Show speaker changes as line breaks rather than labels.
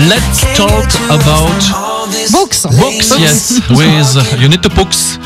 Let's talk about
Books.
books. Yes, with you need to books.